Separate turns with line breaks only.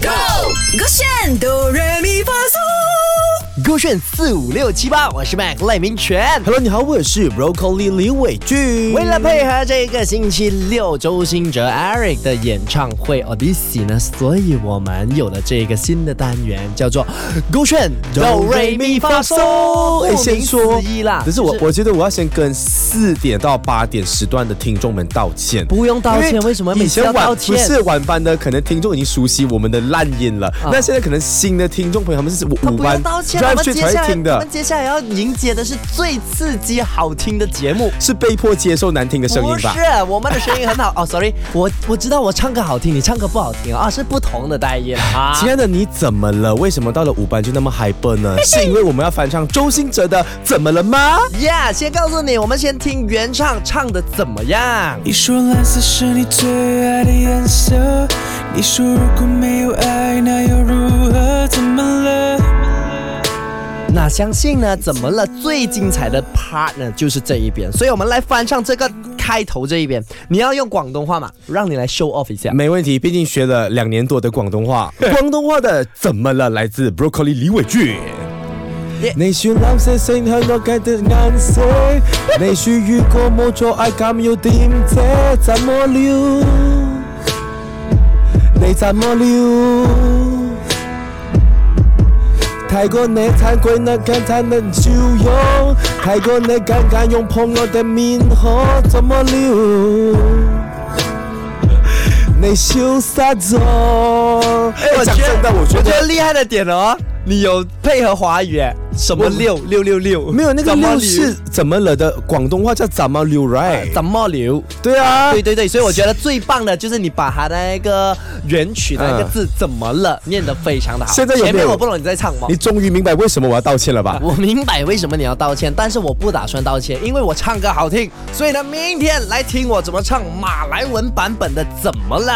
Go！勾选哆来咪发嗦，
勾选四五六七八，我是 Mac 赖明全。
Hello，你好，我是 Broccoli 李伟俊。
为了配合这个星期六周兴哲 Eric 的演唱会 Odyssey 呢，所以我们有了这个新的单元，叫做勾选哆瑞咪发嗦。
哎，先说
一啦，
可是我
就
我觉得我要先跟四点到八点时段的听众们道歉。
不用道歉，
因
为什么每
以
次
前
要
晚
道歉？
不是晚班的，可能听众已经熟悉我们的烂音了。那现在可能新的听众朋友他们是五
啊他
五
不
班
用道歉，我
drive
们
去
接下
才会
来
听
我
的
们，接下来要迎接的是最刺激好听的节目。
是被迫接受难听的声
不
音
是啊
吧？，
我们的声音很好哦。Sorry，我我知道我唱歌好听，你唱歌不好听啊，是不同的待遇了啊。
亲爱的，你怎么了？为什么到了五班就那么 hyper 呢？是因为我们要翻唱周兴哲的《怎么了吗》？
Yeah，先告诉你，我们先听原唱唱的怎么样。
哎
你说蓝色是你最爱的颜色，你说如果没有爱，那又如何？怎么了？
那相信呢，怎么了？最精彩的 part 呢，就是这一边，所以我们来翻唱这个开头这一边。你要用广东话嘛，让你来 show off 一下。
没问题，毕竟学了两年多的广东话。广东话的怎么了？来自 Broccoli 李伟俊。你說藍色星向我嘅的顏色， 你說如果冇做愛咁要點啫？怎麼了？你怎麼了？太過你太貴，那簡單能照用，太過你簡簡用碰我的面可怎麼了？你潇洒走。哎
我
讲
觉
真的，
得
我觉
我觉得
得
厉害的点哦，你有配合华语耶，什么六六六六，
没有那个
怎么
六
流
是怎么了的广东话叫怎么溜 right？
怎么流？
对 啊，
对对对，所以我觉得最棒的就是你把它的那个原曲的那个
嗯
字怎么了念得非常的好。
现在有没有
前面我不懂你在唱吗
你？终于明白为什么我要道歉了吧？
我明白为什么你要道歉，但是我不打算道歉，因为我唱歌好听，所以呢，明天来听我怎么唱马来文版本的《怎么了》。